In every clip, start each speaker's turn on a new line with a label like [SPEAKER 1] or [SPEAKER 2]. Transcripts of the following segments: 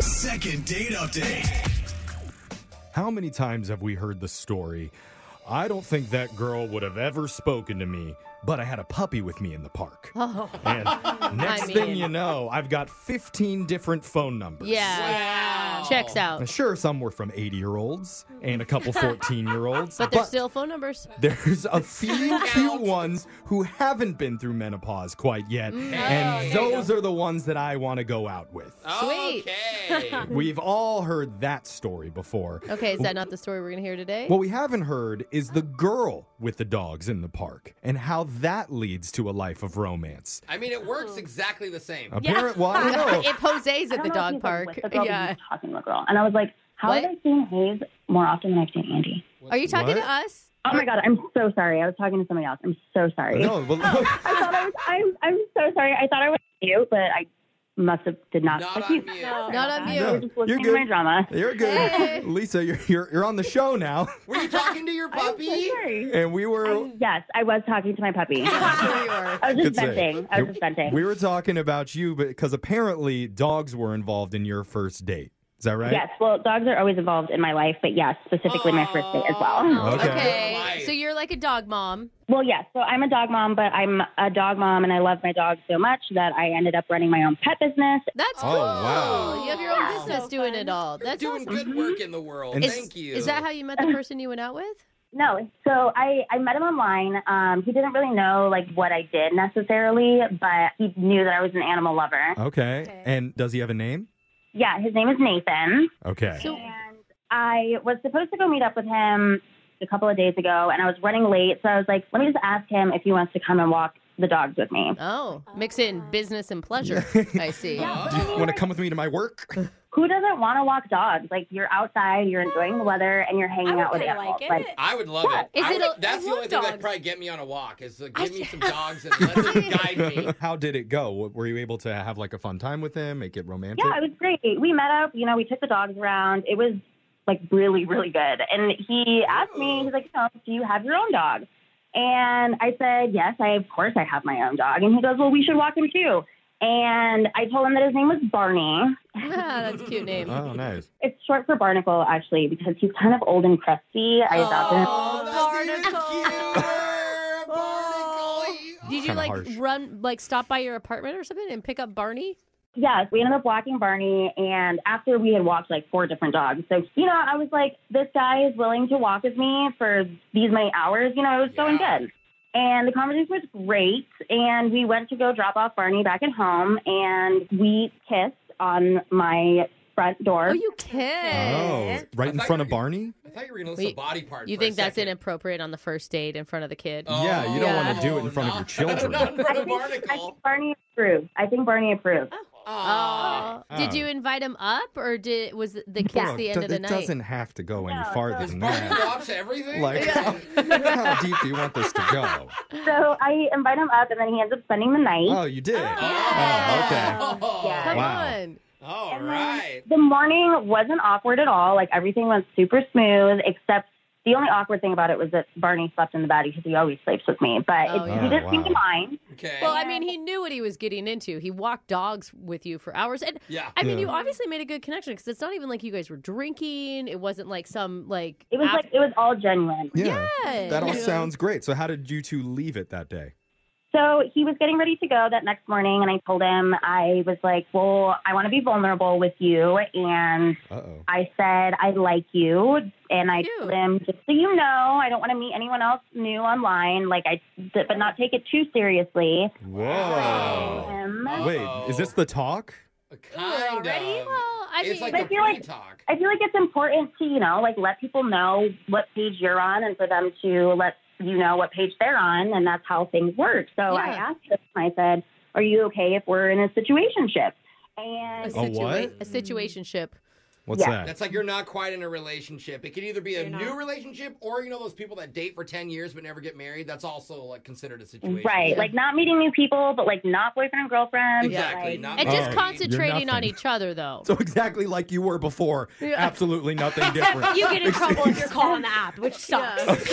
[SPEAKER 1] Second date update.
[SPEAKER 2] How many times have we heard the story? I don't think that girl would have ever spoken to me, but I had a puppy with me in the park. Oh. And next thing
[SPEAKER 3] mean-
[SPEAKER 2] you know, I've got 15 different phone numbers.
[SPEAKER 3] Yeah. Checks
[SPEAKER 2] And
[SPEAKER 3] out.
[SPEAKER 2] sure, some were from 80 year olds and a couple 14 year olds.
[SPEAKER 3] But there's still phone numbers.
[SPEAKER 2] There's a few cute ones who haven't been through menopause quite yet,
[SPEAKER 3] Mm. Oh,
[SPEAKER 2] and those are the ones that I want to go out with.
[SPEAKER 3] Uh. Sweet.
[SPEAKER 4] Okay.
[SPEAKER 2] We've all heard that story before.
[SPEAKER 3] Okay, is that not the story we're going to hear today?
[SPEAKER 2] What we haven't heard is the girl with the dogs in the park and how that leads to a life of romance.
[SPEAKER 4] I mean, it
[SPEAKER 3] Oh.
[SPEAKER 4] works exactly the same.
[SPEAKER 2] Apparent, well, I don't know.
[SPEAKER 3] if Jose's
[SPEAKER 5] I
[SPEAKER 3] at the
[SPEAKER 5] don't know if
[SPEAKER 3] dog
[SPEAKER 5] he's, like,
[SPEAKER 3] park.
[SPEAKER 5] with the girl, but
[SPEAKER 3] Yeah.
[SPEAKER 5] he's talking to a girl. And I was like, how
[SPEAKER 3] What?
[SPEAKER 5] have I seen Hayes more often than I've seen Andy?
[SPEAKER 3] Are you talking
[SPEAKER 2] What?
[SPEAKER 3] to us?
[SPEAKER 5] Oh my god, I'm so sorry. I was talking to somebody else. I'm so sorry.
[SPEAKER 2] No, but look,
[SPEAKER 5] I thought I was. I'm. I'm so sorry. I thought I was you, but I must have did not.
[SPEAKER 4] Not
[SPEAKER 5] click
[SPEAKER 4] on
[SPEAKER 5] you.
[SPEAKER 4] mute.
[SPEAKER 5] Sorry
[SPEAKER 3] Not
[SPEAKER 5] about
[SPEAKER 3] on
[SPEAKER 5] that.
[SPEAKER 3] mute.
[SPEAKER 5] I was just
[SPEAKER 2] You're
[SPEAKER 5] listening
[SPEAKER 2] good.
[SPEAKER 5] to my drama.
[SPEAKER 2] you're good.
[SPEAKER 3] Hey.
[SPEAKER 2] Lisa, you're, you're, you're on the show now,
[SPEAKER 4] Were you talking to your
[SPEAKER 5] I'm so
[SPEAKER 4] puppy?
[SPEAKER 5] sorry.
[SPEAKER 2] and we were.
[SPEAKER 5] Yes, I was talking to my puppy. I
[SPEAKER 3] Sure you are.
[SPEAKER 5] was just
[SPEAKER 2] Good save.
[SPEAKER 5] venting. I was just venting.
[SPEAKER 2] We were talking about you because apparently dogs were involved in your first date. Is that right?
[SPEAKER 5] Yes, well, dogs are always involved in my life, but yes, specifically my first date as well.
[SPEAKER 2] Okay.
[SPEAKER 3] Okay. So you're like a dog mom.
[SPEAKER 5] Well, yes. So I'm a dog mom, but I'm a dog mom, and I love my dog so much that I ended up running my own pet business.
[SPEAKER 3] That's
[SPEAKER 2] Oh,
[SPEAKER 3] cool.
[SPEAKER 2] wow.
[SPEAKER 3] You have your own
[SPEAKER 5] Yeah.
[SPEAKER 3] business
[SPEAKER 6] So
[SPEAKER 3] doing
[SPEAKER 6] fun.
[SPEAKER 3] it all.
[SPEAKER 4] You're
[SPEAKER 3] That's
[SPEAKER 4] doing
[SPEAKER 3] awesome.
[SPEAKER 4] good work in the world.
[SPEAKER 2] And-
[SPEAKER 3] Is-
[SPEAKER 4] Thank you.
[SPEAKER 3] Is that how you met the person you went out with?
[SPEAKER 5] No, so I, I met him online. Um, he didn't really know like what I did necessarily, but he knew that I was an animal lover.
[SPEAKER 2] Okay. And does he have a name?
[SPEAKER 5] Yeah, his name is Nathan,
[SPEAKER 2] Okay.
[SPEAKER 3] So
[SPEAKER 5] and I was supposed to go meet up with him a couple of days ago, and I was running late, so I was like, let me just ask him if he wants to come and walk the dogs with me.
[SPEAKER 3] Oh, mix
[SPEAKER 5] Uh,
[SPEAKER 3] in business and pleasure. I see.
[SPEAKER 2] Do you want to come with me to my work?
[SPEAKER 5] Who doesn't want to walk dogs? Like you're outside, you're enjoying the weather, and you're hanging
[SPEAKER 6] I would
[SPEAKER 5] out with
[SPEAKER 6] kinda
[SPEAKER 5] animals.
[SPEAKER 6] like it.
[SPEAKER 4] I would love it.
[SPEAKER 3] Is it
[SPEAKER 4] I would- e,
[SPEAKER 3] a-
[SPEAKER 4] that's
[SPEAKER 6] I
[SPEAKER 4] the
[SPEAKER 6] love
[SPEAKER 4] only thing that'd
[SPEAKER 6] dogs.
[SPEAKER 4] probably get me on a walk is like, give me some dogs and let them guide me.
[SPEAKER 2] How did it go? What- Were you able to have like a fun time with him? Make it romantic?
[SPEAKER 5] Yeah, it was great. We met up, you know, we took the dogs around. It was like really, really good. And he asked me, he's like, you know, do you have your own dog? And I said, yes, I of course I have my own dog. And he goes, well, we should walk him too. And I told him that his name was Barney.
[SPEAKER 3] Ah, that's a cute name.
[SPEAKER 2] Oh, nice.
[SPEAKER 5] It's short for barnacle, actually, because he's kind of old and crusty. I adopted him.
[SPEAKER 4] Oh, that's even
[SPEAKER 3] Oh.
[SPEAKER 4] cuter. Barnacle.
[SPEAKER 3] Did you
[SPEAKER 2] Kinda
[SPEAKER 3] like
[SPEAKER 2] harsh.
[SPEAKER 3] run, like stop by your apartment or something and pick up Barney?
[SPEAKER 5] Yes, we ended up walking Barney, and after we had walked like four different dogs. So, you know, I was like, this guy is willing to walk with me for these many hours. You know, it was going
[SPEAKER 4] Yeah.
[SPEAKER 5] good. And the conversation was great. And we went to go drop off Barney back at home, and we kissed on my front door.
[SPEAKER 3] Oh, you can.
[SPEAKER 2] Oh, right in
[SPEAKER 4] thought
[SPEAKER 2] front
[SPEAKER 4] you
[SPEAKER 2] of
[SPEAKER 4] were-
[SPEAKER 2] Barney?
[SPEAKER 4] I thought you were going to list a
[SPEAKER 3] Wait,
[SPEAKER 4] body part.
[SPEAKER 3] You
[SPEAKER 4] for a
[SPEAKER 3] think that's
[SPEAKER 4] second.
[SPEAKER 3] inappropriate on the first date in front of the kid?
[SPEAKER 4] Oh,
[SPEAKER 2] Yeah,
[SPEAKER 3] you don't wanna
[SPEAKER 2] do it in front of your
[SPEAKER 4] not-
[SPEAKER 2] children.
[SPEAKER 4] not in
[SPEAKER 5] I
[SPEAKER 4] front of
[SPEAKER 5] think, I
[SPEAKER 4] Barnacle.
[SPEAKER 5] think Barney approved. I think Barney approved.
[SPEAKER 3] Uh-huh.
[SPEAKER 4] Aw.
[SPEAKER 3] Oh. Did
[SPEAKER 2] Oh.
[SPEAKER 3] you invite him up or did was the kiss
[SPEAKER 2] Look,
[SPEAKER 3] the
[SPEAKER 2] do-
[SPEAKER 3] end of the
[SPEAKER 2] it
[SPEAKER 3] night?
[SPEAKER 2] doesn't have to go any
[SPEAKER 5] No,
[SPEAKER 2] farther
[SPEAKER 3] Oh.
[SPEAKER 5] no.
[SPEAKER 4] Is
[SPEAKER 2] than
[SPEAKER 4] Barney
[SPEAKER 2] that.
[SPEAKER 4] Dobbs everything?
[SPEAKER 2] Like, how deep do you want this to go?
[SPEAKER 5] So I invite him up, and then he ends up spending the night.
[SPEAKER 2] Oh, you did.
[SPEAKER 3] Yeah.
[SPEAKER 2] Oh, okay.
[SPEAKER 5] Yeah.
[SPEAKER 3] Come
[SPEAKER 2] Wow.
[SPEAKER 3] on.
[SPEAKER 4] All
[SPEAKER 5] And then
[SPEAKER 4] right.
[SPEAKER 5] The morning wasn't awkward at all. Like everything went super smooth, except the only awkward thing about it was that Barney slept in the bed because he always sleeps with me. But
[SPEAKER 3] Oh,
[SPEAKER 5] it,
[SPEAKER 3] yeah.
[SPEAKER 5] he didn't seem to
[SPEAKER 2] Wow.
[SPEAKER 5] mind.
[SPEAKER 4] Okay.
[SPEAKER 3] Well, I mean, he knew what he was getting into. He walked dogs with you for hours, and
[SPEAKER 4] yeah.
[SPEAKER 3] I mean,
[SPEAKER 2] Yeah.
[SPEAKER 3] you obviously made a good connection because it's not even like you guys were drinking. It wasn't like some like
[SPEAKER 5] It was
[SPEAKER 3] af-
[SPEAKER 5] like it was all genuine.
[SPEAKER 2] Yeah.
[SPEAKER 3] Yeah.
[SPEAKER 2] That all
[SPEAKER 3] Yeah.
[SPEAKER 2] sounds great. So, how did you two leave it that day?
[SPEAKER 5] So he was getting ready to go that next morning, and I told him I was like, "Well, I want to be vulnerable with you," and
[SPEAKER 2] Uh oh.
[SPEAKER 5] I said I like you, and I
[SPEAKER 3] Cute.
[SPEAKER 5] told him just so you know, I don't want to meet anyone else new online. Like I, but not take it too seriously.
[SPEAKER 2] Whoa.
[SPEAKER 5] Um,
[SPEAKER 2] Wait, is this the talk?
[SPEAKER 4] kind
[SPEAKER 6] already?
[SPEAKER 4] of.
[SPEAKER 3] Well, I
[SPEAKER 4] it's
[SPEAKER 3] mean,
[SPEAKER 4] like
[SPEAKER 5] I
[SPEAKER 4] the
[SPEAKER 5] feel like-
[SPEAKER 4] pre-talk.
[SPEAKER 5] I feel like it's important to, you know, like let people know what page you're on and for them to let you know what page they're on. And that's how things work. So I
[SPEAKER 3] Yeah.
[SPEAKER 5] asked him, I said, Are you okay if we're in a situationship?
[SPEAKER 3] a,
[SPEAKER 5] And
[SPEAKER 2] Oh, what?
[SPEAKER 3] a
[SPEAKER 4] Mm.
[SPEAKER 3] situationship.
[SPEAKER 2] What's
[SPEAKER 5] Yeah.
[SPEAKER 2] that?
[SPEAKER 4] That's like you're not quite in a relationship. It could either be a
[SPEAKER 6] You're
[SPEAKER 4] new
[SPEAKER 6] not.
[SPEAKER 4] relationship or you know those people that date for 10 years but never get married. That's also like considered a situation.
[SPEAKER 5] right, like not meeting new people, but like not boyfriend and girlfriend. but,
[SPEAKER 4] Exactly.
[SPEAKER 5] like-
[SPEAKER 4] Not
[SPEAKER 3] And
[SPEAKER 2] Oh,
[SPEAKER 3] just
[SPEAKER 4] married.
[SPEAKER 3] concentrating on
[SPEAKER 2] nothing.
[SPEAKER 3] each other, though.
[SPEAKER 2] So, exactly like you were before.
[SPEAKER 3] Yeah.
[SPEAKER 2] Absolutely nothing different.
[SPEAKER 6] You get in trouble if you're calling the app, which sucks.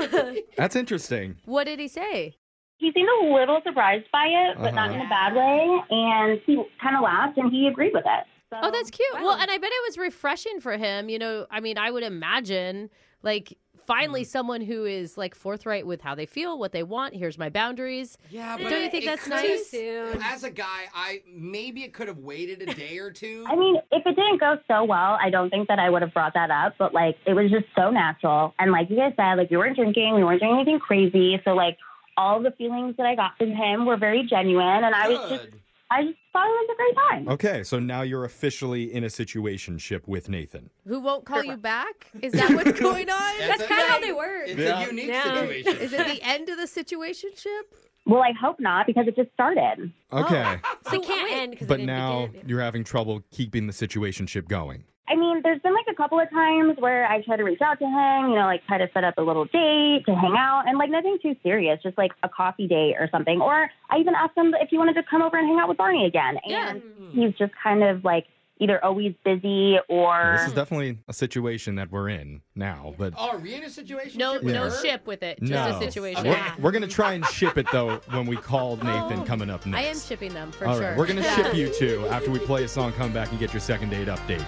[SPEAKER 6] So
[SPEAKER 2] That's interesting.
[SPEAKER 3] what did he say?
[SPEAKER 5] he seemed a little surprised by it, but not in
[SPEAKER 2] Uh-huh.
[SPEAKER 5] a bad way. And he kind of laughed and he agreed with it. So,
[SPEAKER 3] Oh,
[SPEAKER 2] Um,
[SPEAKER 3] that's cute.
[SPEAKER 5] wow.
[SPEAKER 3] Well, and I bet it was refreshing for him. You know, I mean, I would imagine like
[SPEAKER 2] Mm.
[SPEAKER 3] finally someone who is like forthright with how they feel, what they want. Here's my boundaries.
[SPEAKER 4] Yeah,
[SPEAKER 3] Don't you think
[SPEAKER 4] it
[SPEAKER 3] that's
[SPEAKER 4] could-
[SPEAKER 3] nice?
[SPEAKER 6] Soon.
[SPEAKER 4] As a guy, I maybe it could have waited a day or two.
[SPEAKER 5] I mean, if it didn't go so well, I don't think that I would have brought that up. But like, it was just so natural. And like you guys said, like we weren't drinking, we weren't doing anything crazy. So like, all the feelings that I got from him were very genuine, and I was just,
[SPEAKER 4] Good.
[SPEAKER 5] I just thought it was a great time.
[SPEAKER 2] Okay, so now you're officially in a situationship with Nathan.
[SPEAKER 3] Who won't call you back? Is that what's going on?
[SPEAKER 4] That's
[SPEAKER 6] That's kind of how they work.
[SPEAKER 4] It's
[SPEAKER 2] Yeah.
[SPEAKER 4] a unique
[SPEAKER 6] Yeah.
[SPEAKER 4] situation.
[SPEAKER 3] Is it the end of the situationship?
[SPEAKER 5] Well, I hope not because it just started.
[SPEAKER 2] Okay.
[SPEAKER 6] So it can't end because
[SPEAKER 2] But now you're having trouble keeping the situationship going.
[SPEAKER 5] I mean, there's been like a couple of times where I try to reach out to him, you know, like try to set up a little date to hang out and like nothing too serious, just like a coffee date or something. Or I even asked him if he wanted to come over and hang out with Barney again.
[SPEAKER 3] Yeah.
[SPEAKER 5] And he's just kind of like either always busy or
[SPEAKER 2] This is definitely a situation that we're in now, but
[SPEAKER 4] Oh, are we in a situation?
[SPEAKER 3] No,
[SPEAKER 4] with
[SPEAKER 3] no
[SPEAKER 4] her?
[SPEAKER 3] ship with it. Just
[SPEAKER 2] no.
[SPEAKER 3] a situation.
[SPEAKER 2] We're, we're going to try and ship it though when we call Nathan
[SPEAKER 3] Oh.
[SPEAKER 2] coming up next.
[SPEAKER 3] I am shipping them for
[SPEAKER 2] All
[SPEAKER 3] sure.
[SPEAKER 2] right, we're going to ship you two after we play a song, come back and get your second date update.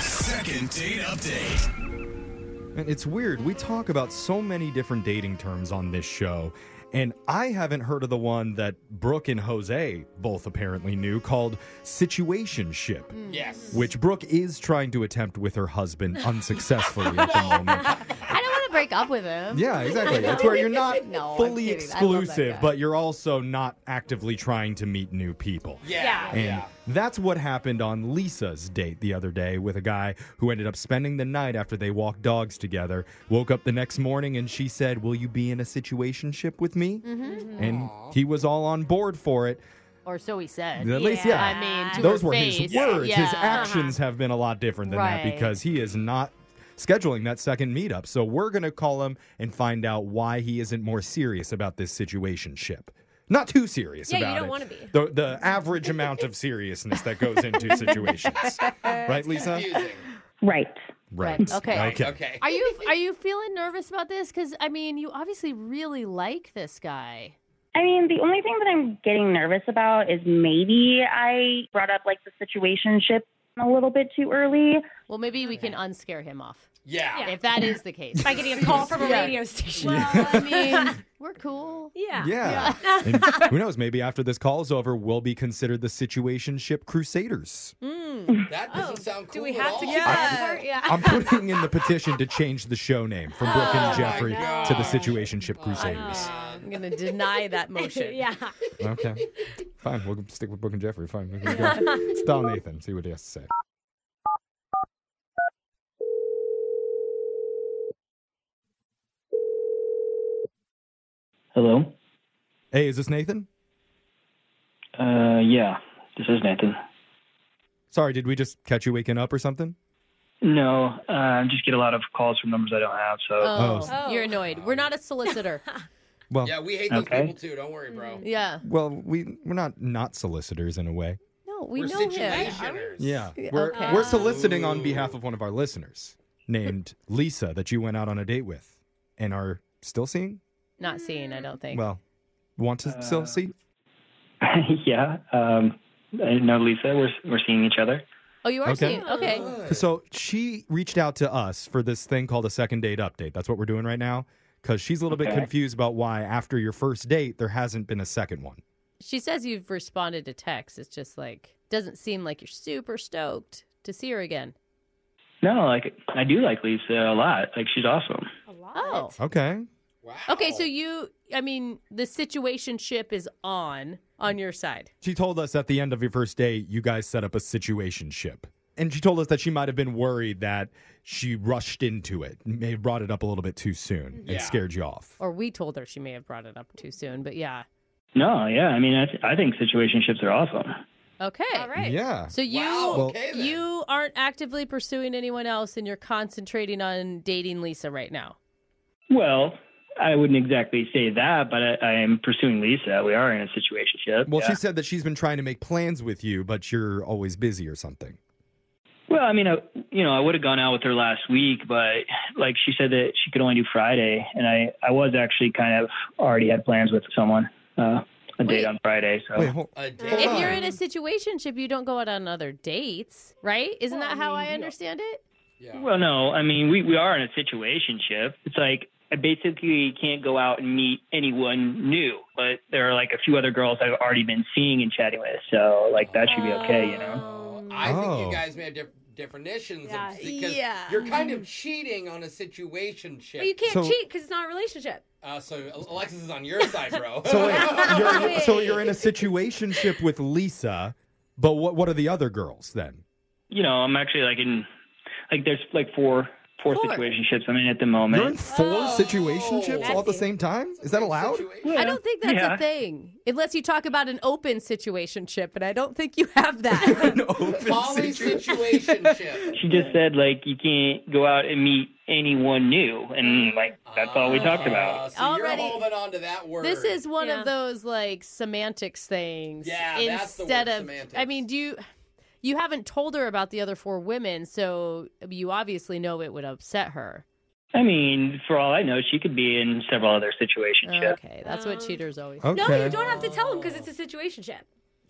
[SPEAKER 1] Second date update.
[SPEAKER 2] And it's weird. We talk about so many different dating terms on this show, and I haven't heard of the one that Brooke and Jose both apparently knew called situationship,
[SPEAKER 3] Mm.
[SPEAKER 4] Yes.
[SPEAKER 2] which Brooke is trying to attempt with her husband unsuccessfully at the moment.
[SPEAKER 3] I don't want to break up with him.
[SPEAKER 2] Yeah, exactly. That's where you're not
[SPEAKER 3] No, I'm
[SPEAKER 2] fully
[SPEAKER 3] kidding. I love that
[SPEAKER 2] exclusive,
[SPEAKER 3] guy.
[SPEAKER 2] but you're also not actively trying to meet new people.
[SPEAKER 4] Yeah.
[SPEAKER 2] And that's what happened on Lisa's date the other day with a guy who ended up spending the night after they walked dogs together. Woke up the next morning and she said, Will you be in a situationship with me? Mm-hmm. And he was all on board for it.
[SPEAKER 3] Or so he said.
[SPEAKER 2] At least, yeah.
[SPEAKER 3] I mean, to
[SPEAKER 2] Those
[SPEAKER 3] her
[SPEAKER 2] were
[SPEAKER 3] face.
[SPEAKER 2] his words.
[SPEAKER 3] Yeah.
[SPEAKER 2] His actions have been a lot different than that
[SPEAKER 3] Right.
[SPEAKER 2] because he is not scheduling that second meetup. So we're going to call him and find out why he isn't more serious about this situationship. Not too serious
[SPEAKER 6] Yeah, you
[SPEAKER 2] about
[SPEAKER 6] don't
[SPEAKER 2] it.
[SPEAKER 6] wanna be.
[SPEAKER 2] The, the average amount of seriousness that goes into situations. right, Lisa?
[SPEAKER 4] Confusing.
[SPEAKER 5] right.
[SPEAKER 2] Right.
[SPEAKER 3] Okay.
[SPEAKER 2] Okay.
[SPEAKER 4] Okay.
[SPEAKER 3] Are you are you feeling nervous about this? Because I mean, you obviously really like this guy.
[SPEAKER 5] I mean, the only thing that I'm getting nervous about is maybe I brought up like the situationship a little bit too early.
[SPEAKER 3] Well, maybe we can unscare him off
[SPEAKER 4] yeah.
[SPEAKER 6] Yeah.
[SPEAKER 3] if that is the case.
[SPEAKER 6] by getting a call from a
[SPEAKER 3] Yeah.
[SPEAKER 6] radio station.
[SPEAKER 3] well, I mean, we're cool.
[SPEAKER 6] yeah.
[SPEAKER 2] Yeah. And who knows? Maybe after this call is over, we'll be considered the situationship crusaders.
[SPEAKER 4] That doesn't
[SPEAKER 3] Oh.
[SPEAKER 4] sound cool
[SPEAKER 6] Do we
[SPEAKER 4] at
[SPEAKER 6] have to
[SPEAKER 4] all.
[SPEAKER 6] keep that part? Yeah.
[SPEAKER 2] I'm putting in the petition to change the show name from Brooke
[SPEAKER 4] Oh
[SPEAKER 2] and
[SPEAKER 4] my
[SPEAKER 2] Jeffrey to the
[SPEAKER 4] gosh.
[SPEAKER 2] Situationship Crusaders.
[SPEAKER 4] Uh,
[SPEAKER 3] I'm gonna deny that motion.
[SPEAKER 6] yeah.
[SPEAKER 2] Okay. Fine. We'll stick with Brooke and Jeffrey. Fine. We can go. Let's dial Nathan, see what he has to say.
[SPEAKER 7] Hello.
[SPEAKER 2] Hey, is this Nathan?
[SPEAKER 7] Uh, yeah, this is Nathan.
[SPEAKER 2] Sorry, did we just catch you waking up or something?
[SPEAKER 7] No, uh, I just get a lot of calls from numbers I don't have. So
[SPEAKER 3] Oh,
[SPEAKER 6] Oh.
[SPEAKER 3] you're annoyed. We're not a solicitor.
[SPEAKER 2] Well,
[SPEAKER 4] yeah, we hate those
[SPEAKER 7] Okay.
[SPEAKER 4] people too. Don't worry, bro.
[SPEAKER 3] Yeah.
[SPEAKER 2] well, we we're not not solicitors in a way.
[SPEAKER 3] No, we
[SPEAKER 4] We're
[SPEAKER 3] know him.
[SPEAKER 4] situationers.
[SPEAKER 2] Yeah,
[SPEAKER 3] Yeah,
[SPEAKER 2] we're
[SPEAKER 3] okay.
[SPEAKER 2] we're soliciting on
[SPEAKER 4] Ooh.
[SPEAKER 2] behalf of one of our listeners named Lisa that you went out on a date with and are still seeing.
[SPEAKER 3] Not seeing, I don't think.
[SPEAKER 2] Well, want to still
[SPEAKER 7] Uh,
[SPEAKER 2] see?
[SPEAKER 7] yeah, um, I know Lisa. We're we're seeing each other.
[SPEAKER 3] oh, you are
[SPEAKER 2] okay.
[SPEAKER 3] seeing. Okay.
[SPEAKER 4] Good.
[SPEAKER 2] So she reached out to us for this thing called a second date update. That's what we're doing right now because she's a little bit
[SPEAKER 7] Okay.
[SPEAKER 2] confused about why after your first date there hasn't been a second one.
[SPEAKER 3] She says you've responded to texts. It's just like doesn't seem like you're super stoked to see her again.
[SPEAKER 7] No, like I do like Lisa a lot. Like she's awesome.
[SPEAKER 6] A
[SPEAKER 3] Oh.
[SPEAKER 6] lot.
[SPEAKER 2] Okay.
[SPEAKER 4] Wow.
[SPEAKER 3] Okay, so you I mean, the situation ship is on on your side.
[SPEAKER 2] She told us at the end of your first date you guys set up a situation ship. And she told us that she might have been worried that she rushed into it, may have brought it up a little bit too soon and
[SPEAKER 4] Yeah.
[SPEAKER 2] scared you off.
[SPEAKER 3] Or we told her she may have brought it up too soon, but yeah.
[SPEAKER 7] No, yeah. I mean, I th- I think situationships are awesome.
[SPEAKER 3] Okay.
[SPEAKER 6] All right.
[SPEAKER 2] Yeah.
[SPEAKER 3] So you
[SPEAKER 4] Wow,
[SPEAKER 2] Well-
[SPEAKER 4] okay then.
[SPEAKER 3] you aren't actively pursuing anyone else and you're concentrating on dating Lisa right now.
[SPEAKER 7] Well, I wouldn't exactly say that, but I, I am pursuing Lisa. We are in a situationship.
[SPEAKER 2] Well,
[SPEAKER 7] yeah.
[SPEAKER 2] she said that she's been trying to make plans with you, but you're always busy or something.
[SPEAKER 7] Well, I mean, I, you know, I would have gone out with her last week, but like she said that she could only do Friday, and I I was actually kind of already had plans with someone. Uh, a date
[SPEAKER 3] Wait.
[SPEAKER 7] on Friday. So
[SPEAKER 2] Wait, hold,
[SPEAKER 4] A date.
[SPEAKER 3] If you're
[SPEAKER 2] on.
[SPEAKER 3] in a situationship, you don't go out on other dates, right? Isn't
[SPEAKER 6] Well,
[SPEAKER 3] that
[SPEAKER 6] I
[SPEAKER 3] how
[SPEAKER 6] mean,
[SPEAKER 3] I
[SPEAKER 6] yeah.
[SPEAKER 3] understand it?
[SPEAKER 4] Yeah.
[SPEAKER 7] Well, no, I mean we we are in a situationship. It's like I basically can't go out and meet anyone new, but there are like a few other girls I've already been seeing and chatting with, so like that should be okay, you know.
[SPEAKER 4] Oh, I think
[SPEAKER 2] Oh.
[SPEAKER 4] you guys may have different definitions of-
[SPEAKER 6] Yeah.
[SPEAKER 4] because
[SPEAKER 8] Yeah.
[SPEAKER 4] you're kind of cheating on a situationship.
[SPEAKER 6] But you can't
[SPEAKER 2] So-
[SPEAKER 6] cheat because it's not a relationship.
[SPEAKER 4] uh, so Alexis is on your side, bro.
[SPEAKER 2] So wait, you're, so you're in a situationship with Lisa, but what what are the other girls then?
[SPEAKER 7] You know, I'm actually like in like there's like four four,
[SPEAKER 3] Four.
[SPEAKER 7] situationships I'm in at the moment.
[SPEAKER 2] You're in four
[SPEAKER 4] Oh,
[SPEAKER 2] situationships all at the
[SPEAKER 6] messy.
[SPEAKER 2] same time? Is that allowed?
[SPEAKER 4] Situation-
[SPEAKER 3] I don't think that's
[SPEAKER 7] Yeah.
[SPEAKER 3] a thing unless you talk about an open situationship, and I don't think you have that.
[SPEAKER 2] An open
[SPEAKER 4] Poly
[SPEAKER 2] situ-
[SPEAKER 4] situationship.
[SPEAKER 7] She just said like you can't go out and meet anyone new, and like that's all we talked
[SPEAKER 4] Uh,
[SPEAKER 7] about.
[SPEAKER 4] so
[SPEAKER 3] Already-
[SPEAKER 4] you're holding on to that word.
[SPEAKER 3] this is one
[SPEAKER 6] Yeah.
[SPEAKER 3] of those like semantics things.
[SPEAKER 4] Yeah, that's the word,
[SPEAKER 3] instead of I
[SPEAKER 4] semantics.
[SPEAKER 3] mean, do you you haven't told her about the other four women, so you obviously know it would upset her.
[SPEAKER 7] I mean, for all I know, she could be in several other situationships.
[SPEAKER 3] Okay, that's what
[SPEAKER 6] Um,
[SPEAKER 3] cheaters always.
[SPEAKER 2] Okay.
[SPEAKER 6] No, you don't have to tell him because it's a situationship.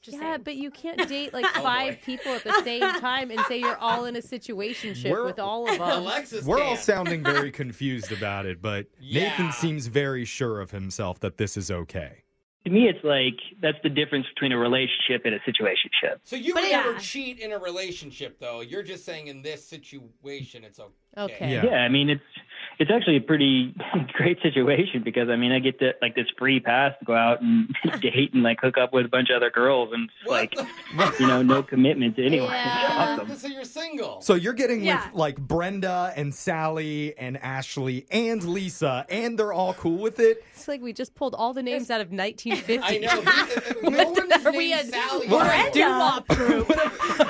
[SPEAKER 6] Just
[SPEAKER 3] Yeah,
[SPEAKER 6] saying.
[SPEAKER 3] but you can't date like
[SPEAKER 4] boy.
[SPEAKER 3] five people at the same time and say you're all in a situationship
[SPEAKER 2] We're-
[SPEAKER 3] with all of them.
[SPEAKER 4] Alexis.
[SPEAKER 2] We're
[SPEAKER 4] can.
[SPEAKER 2] all sounding very confused about it, but Nathan
[SPEAKER 4] Yeah.
[SPEAKER 2] seems very sure of himself that this is okay.
[SPEAKER 7] To me, it's like that's the difference between a relationship and a situationship.
[SPEAKER 4] So you
[SPEAKER 6] But
[SPEAKER 4] would
[SPEAKER 6] it-
[SPEAKER 4] never
[SPEAKER 6] yeah.
[SPEAKER 4] cheat in a relationship, though. You're just saying in this situation, it's okay.
[SPEAKER 3] Okay.
[SPEAKER 2] Yeah.
[SPEAKER 7] Yeah, I mean it's it's actually a pretty great situation because I mean I get to like this free pass to go out and date and like hook up with a bunch of other girls and it's
[SPEAKER 4] What?
[SPEAKER 7] like you know no commitment to anyone. It's
[SPEAKER 3] Yeah.
[SPEAKER 7] awesome.
[SPEAKER 4] so you're single.
[SPEAKER 2] So you're getting
[SPEAKER 6] Yeah.
[SPEAKER 2] with like Brenda and Sally and Ashley and Lisa, and they're all cool with it.
[SPEAKER 3] It's like we just pulled all the names out of 1950.
[SPEAKER 4] I know. no one's
[SPEAKER 3] Are we
[SPEAKER 4] named
[SPEAKER 3] a-
[SPEAKER 4] Sally.
[SPEAKER 2] What?
[SPEAKER 4] anymore.
[SPEAKER 3] Doo-wop group.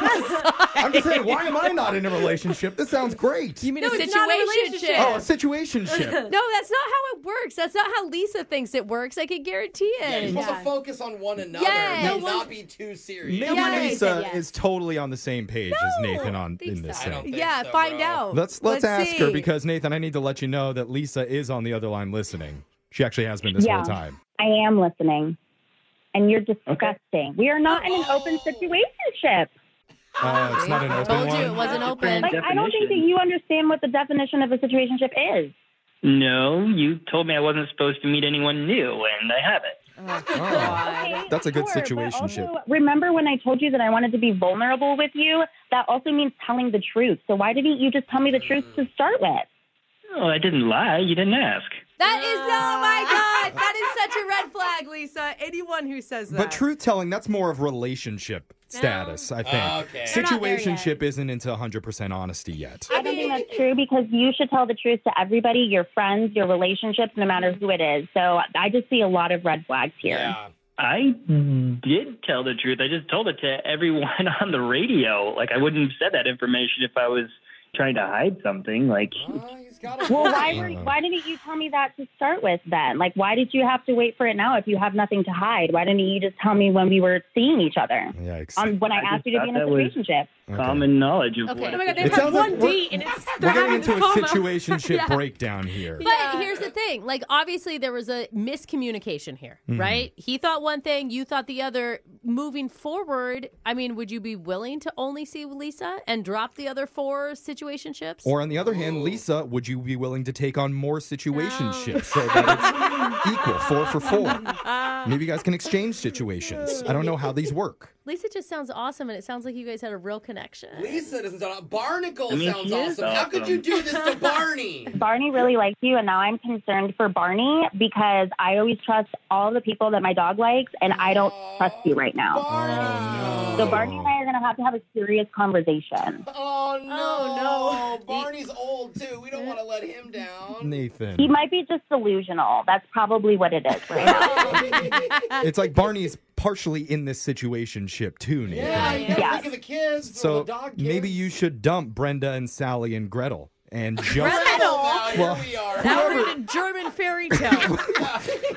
[SPEAKER 2] I'm just saying, why am I not in a relationship? This sounds great.
[SPEAKER 3] You mean
[SPEAKER 6] No,
[SPEAKER 3] a
[SPEAKER 6] it's not a
[SPEAKER 3] situationship?
[SPEAKER 6] relationship.
[SPEAKER 2] oh, a situationship.
[SPEAKER 3] No, that's not how it works. That's not how Lisa thinks it works. I can guarantee
[SPEAKER 4] Yeah, you're
[SPEAKER 3] it.
[SPEAKER 4] supposed
[SPEAKER 6] Yeah.
[SPEAKER 4] to focus on one another
[SPEAKER 3] Yeah,
[SPEAKER 4] and
[SPEAKER 3] no
[SPEAKER 4] not
[SPEAKER 3] one-
[SPEAKER 4] be too serious.
[SPEAKER 2] Maybe
[SPEAKER 6] Yeah, I
[SPEAKER 2] Lisa
[SPEAKER 6] said yes.
[SPEAKER 2] is totally on the same page as Nathan on
[SPEAKER 6] think
[SPEAKER 2] in this
[SPEAKER 6] so.
[SPEAKER 4] I don't
[SPEAKER 2] thing.
[SPEAKER 4] think
[SPEAKER 3] Yeah,
[SPEAKER 4] so,
[SPEAKER 3] find
[SPEAKER 4] bro.
[SPEAKER 3] out.
[SPEAKER 2] Let's let's, ask her
[SPEAKER 3] see.
[SPEAKER 2] because Nathan, I need to let you know that Lisa is on the other line listening. She actually has been this
[SPEAKER 5] Yeah.
[SPEAKER 2] whole time.
[SPEAKER 5] I am listening. And you're disgusting. We are not in an open situationship.
[SPEAKER 2] Uh, it's not an
[SPEAKER 3] I
[SPEAKER 2] open
[SPEAKER 3] told
[SPEAKER 2] one.
[SPEAKER 3] you it wasn't open.
[SPEAKER 5] Like I don't think that
[SPEAKER 7] Definition.
[SPEAKER 5] you understand what the definition of a situationship is.
[SPEAKER 7] No, you told me I wasn't supposed to meet anyone new and I haven't.
[SPEAKER 2] Oh.
[SPEAKER 5] Okay,
[SPEAKER 2] That's a good
[SPEAKER 5] sure, but
[SPEAKER 2] situationship.
[SPEAKER 5] also, remember when I told you that I wanted to be vulnerable with you? That also means telling the truth. So why didn't you just tell me the truth to start with?
[SPEAKER 7] Oh, I didn't lie. You didn't ask.
[SPEAKER 3] That is, oh my God, that is such a red flag, Lisa. Anyone who says that.
[SPEAKER 2] But truth telling, that's more of relationship status, I
[SPEAKER 4] Ah,
[SPEAKER 2] think.
[SPEAKER 4] okay. They're
[SPEAKER 6] not there yet.
[SPEAKER 2] Situationship isn't into 100% honesty yet.
[SPEAKER 5] I don't think that's true because you should tell the truth to everybody, your friends, your relationships, no matter who it is. So I just see a lot of red flags here.
[SPEAKER 4] Yeah.
[SPEAKER 7] I did tell the truth. I just told it to everyone on the radio. Like I wouldn't have said that information if I was trying to hide something. Like
[SPEAKER 4] Uh, he's got a
[SPEAKER 5] Well, why were,
[SPEAKER 2] Uh-huh.
[SPEAKER 5] why didn't you tell me that to start with then? Like, why did you have to wait for it now if you have nothing to hide? Why didn't you just tell me when we were seeing each other?
[SPEAKER 2] Yikes.
[SPEAKER 5] On when I,
[SPEAKER 7] I
[SPEAKER 5] asked
[SPEAKER 7] just
[SPEAKER 5] you to be in a
[SPEAKER 7] thought that was-
[SPEAKER 5] relationship.
[SPEAKER 2] Okay.
[SPEAKER 7] common knowledge of
[SPEAKER 3] Okay.
[SPEAKER 7] what.
[SPEAKER 6] oh my god,
[SPEAKER 2] It
[SPEAKER 6] they've
[SPEAKER 2] sounds
[SPEAKER 6] had
[SPEAKER 2] like
[SPEAKER 6] one
[SPEAKER 2] we're-
[SPEAKER 6] date and it's
[SPEAKER 2] We're
[SPEAKER 6] they're
[SPEAKER 2] getting into
[SPEAKER 6] having
[SPEAKER 2] a
[SPEAKER 6] this FOMO.
[SPEAKER 2] situationship breakdown here.
[SPEAKER 3] But
[SPEAKER 6] Yeah.
[SPEAKER 3] here's the thing. Like, obviously, there was a miscommunication here,
[SPEAKER 2] Mm-hmm.
[SPEAKER 3] right? He thought one thing, you thought the other. Moving forward, I mean, would you be willing to only see Lisa and drop the other four situationships?
[SPEAKER 2] Or on the other hand, Lisa, would you be willing to take on more situationships so that it's equal, four for four? Maybe you guys can exchange situations. I don't know how these work.
[SPEAKER 3] Lisa just sounds awesome, and it sounds like you guys had a real connection.
[SPEAKER 4] Lisa doesn't sound. Barnacle
[SPEAKER 7] I mean,
[SPEAKER 4] sounds
[SPEAKER 7] he is
[SPEAKER 4] awesome. How could
[SPEAKER 7] awesome.
[SPEAKER 4] you do this to Barney?
[SPEAKER 5] Barney really likes you, and now I'm concerned for Barney because I always trust all the people that my dog likes, and I don't trust you right
[SPEAKER 2] Oh,
[SPEAKER 5] now.
[SPEAKER 4] Barney.
[SPEAKER 5] So Barney and I are going to have to have a serious conversation.
[SPEAKER 4] Oh no.
[SPEAKER 3] Oh, no.
[SPEAKER 4] Barney's old too. We don't want to let him down.
[SPEAKER 5] He
[SPEAKER 2] Nathan.
[SPEAKER 5] might be just delusional. That's probably what it is right now.
[SPEAKER 2] It's like Barney's partially in this situationship too, Nathan.
[SPEAKER 4] yeah, you gotta
[SPEAKER 5] Yeah.
[SPEAKER 4] think of the kids.
[SPEAKER 2] So
[SPEAKER 4] the dog kids.
[SPEAKER 2] maybe you should dump Brenda and Sally and Gretel and just
[SPEAKER 4] Settle now. Oh, Here
[SPEAKER 2] Well-
[SPEAKER 4] we are.
[SPEAKER 3] Now we're in a German fairy tale.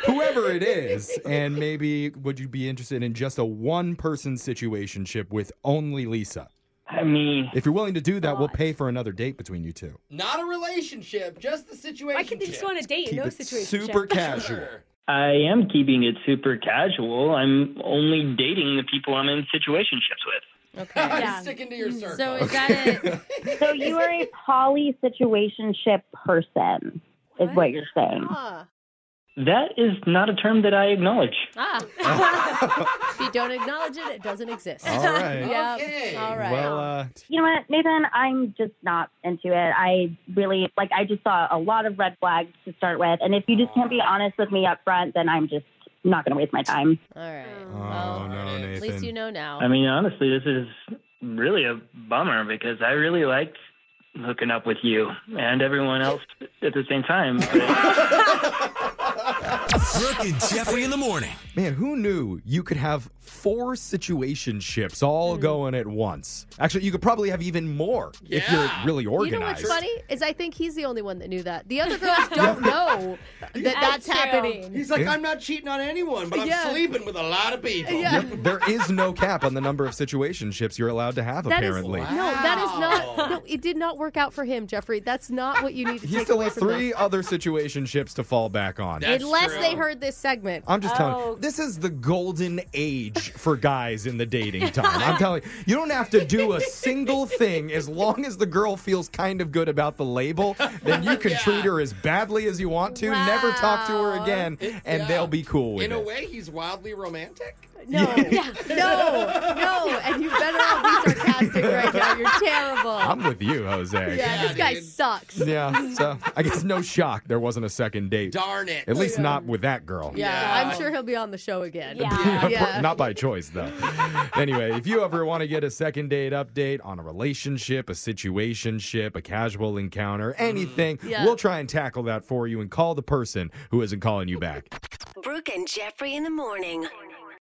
[SPEAKER 2] whoever it is. And maybe would you be interested in just a one person situationship with only Lisa?
[SPEAKER 7] I mean,
[SPEAKER 2] If you're willing to do that, we'll pay for another date between you two.
[SPEAKER 4] Not a relationship, just the situation.
[SPEAKER 6] Why can't they just go on a date in
[SPEAKER 2] Keep
[SPEAKER 6] no
[SPEAKER 2] it
[SPEAKER 6] situation?
[SPEAKER 2] super casual.
[SPEAKER 7] I am keeping it super casual. I'm only dating the people I'm in situationships with.
[SPEAKER 3] Okay.
[SPEAKER 6] Yeah.
[SPEAKER 4] Sticking to your circle.
[SPEAKER 3] Mm, So is that it?
[SPEAKER 5] So you are a poly situationship person, is what you're saying.
[SPEAKER 6] Huh.
[SPEAKER 7] That is not a term that I acknowledge.
[SPEAKER 3] Ah. if you don't acknowledge it, it doesn't exist.
[SPEAKER 2] All right.
[SPEAKER 3] Yeah.
[SPEAKER 4] Okay.
[SPEAKER 3] All right.
[SPEAKER 2] Well, uh,
[SPEAKER 5] You know what, Nathan? I'm just not into it. I really like. I just saw a lot of red flags to start with, and if you just can't be honest with me up front, then I'm just not going to waste my time.
[SPEAKER 3] All right.
[SPEAKER 2] oh
[SPEAKER 3] Well,
[SPEAKER 2] no, Nathan.
[SPEAKER 3] at least you know now.
[SPEAKER 7] I mean, honestly, this is really a bummer because I really liked hooking up with you and everyone else at the same time. But
[SPEAKER 1] Brooke and Jeffrey in the morning.
[SPEAKER 2] Man, who knew you could have four situationships
[SPEAKER 3] Hmm.
[SPEAKER 2] all going at once? Actually, you could probably have even more if you're
[SPEAKER 4] Yeah.
[SPEAKER 2] really
[SPEAKER 3] You know
[SPEAKER 2] organized.
[SPEAKER 3] what's funny is I think he's the only one that knew that. The other girls don't know that that's,
[SPEAKER 6] That's true.
[SPEAKER 3] happening.
[SPEAKER 4] He's like, I'm not cheating on anyone, but I'm
[SPEAKER 3] Yeah.
[SPEAKER 4] sleeping with a lot of people.
[SPEAKER 3] Yeah.
[SPEAKER 2] Yep, there is no cap on the number of situationships you're allowed to have,
[SPEAKER 3] That is-
[SPEAKER 2] apparently.
[SPEAKER 3] no, that is
[SPEAKER 4] Wow.
[SPEAKER 3] not. No, it did not work out for him, Jeffrey. That's not what you need to
[SPEAKER 2] He
[SPEAKER 3] take
[SPEAKER 2] still
[SPEAKER 3] away
[SPEAKER 2] has
[SPEAKER 3] from this.
[SPEAKER 2] three other situationships to fall back on.
[SPEAKER 4] That's
[SPEAKER 3] Unless
[SPEAKER 4] true.
[SPEAKER 3] they heard this segment.
[SPEAKER 2] I'm just telling
[SPEAKER 6] Oh.
[SPEAKER 2] you, this is the golden age for guys in the dating time. I'm telling you, you don't have to do a single thing as long as the girl feels kind of good about the label, then you can
[SPEAKER 4] Yeah.
[SPEAKER 2] treat her as badly as you want to, never talk to her
[SPEAKER 3] Wow.
[SPEAKER 2] again, and
[SPEAKER 4] yeah.
[SPEAKER 2] they'll be cool with
[SPEAKER 4] In
[SPEAKER 2] it.
[SPEAKER 4] a way, he's wildly romantic.
[SPEAKER 3] No, no, no. And you better not be sarcastic right now. You're terrible.
[SPEAKER 2] I'm with you, Jose.
[SPEAKER 3] yeah,
[SPEAKER 4] Yeah,
[SPEAKER 3] this guy
[SPEAKER 4] dude.
[SPEAKER 3] sucks.
[SPEAKER 2] Yeah, so I guess no shock there wasn't a second date.
[SPEAKER 4] Darn it.
[SPEAKER 2] At least not with that girl.
[SPEAKER 3] Yeah,
[SPEAKER 4] Yeah.
[SPEAKER 3] I'm sure he'll be on the show again.
[SPEAKER 6] Yeah.
[SPEAKER 2] Of course-
[SPEAKER 3] Yeah.
[SPEAKER 2] Not by choice, though. anyway, if you ever want to get a second date update on a relationship, a situationship, a casual encounter, anything,
[SPEAKER 3] Mm. Yeah.
[SPEAKER 2] we'll try and tackle that for you and call the person who isn't calling you back.
[SPEAKER 8] Brooke and Jeffrey in the morning.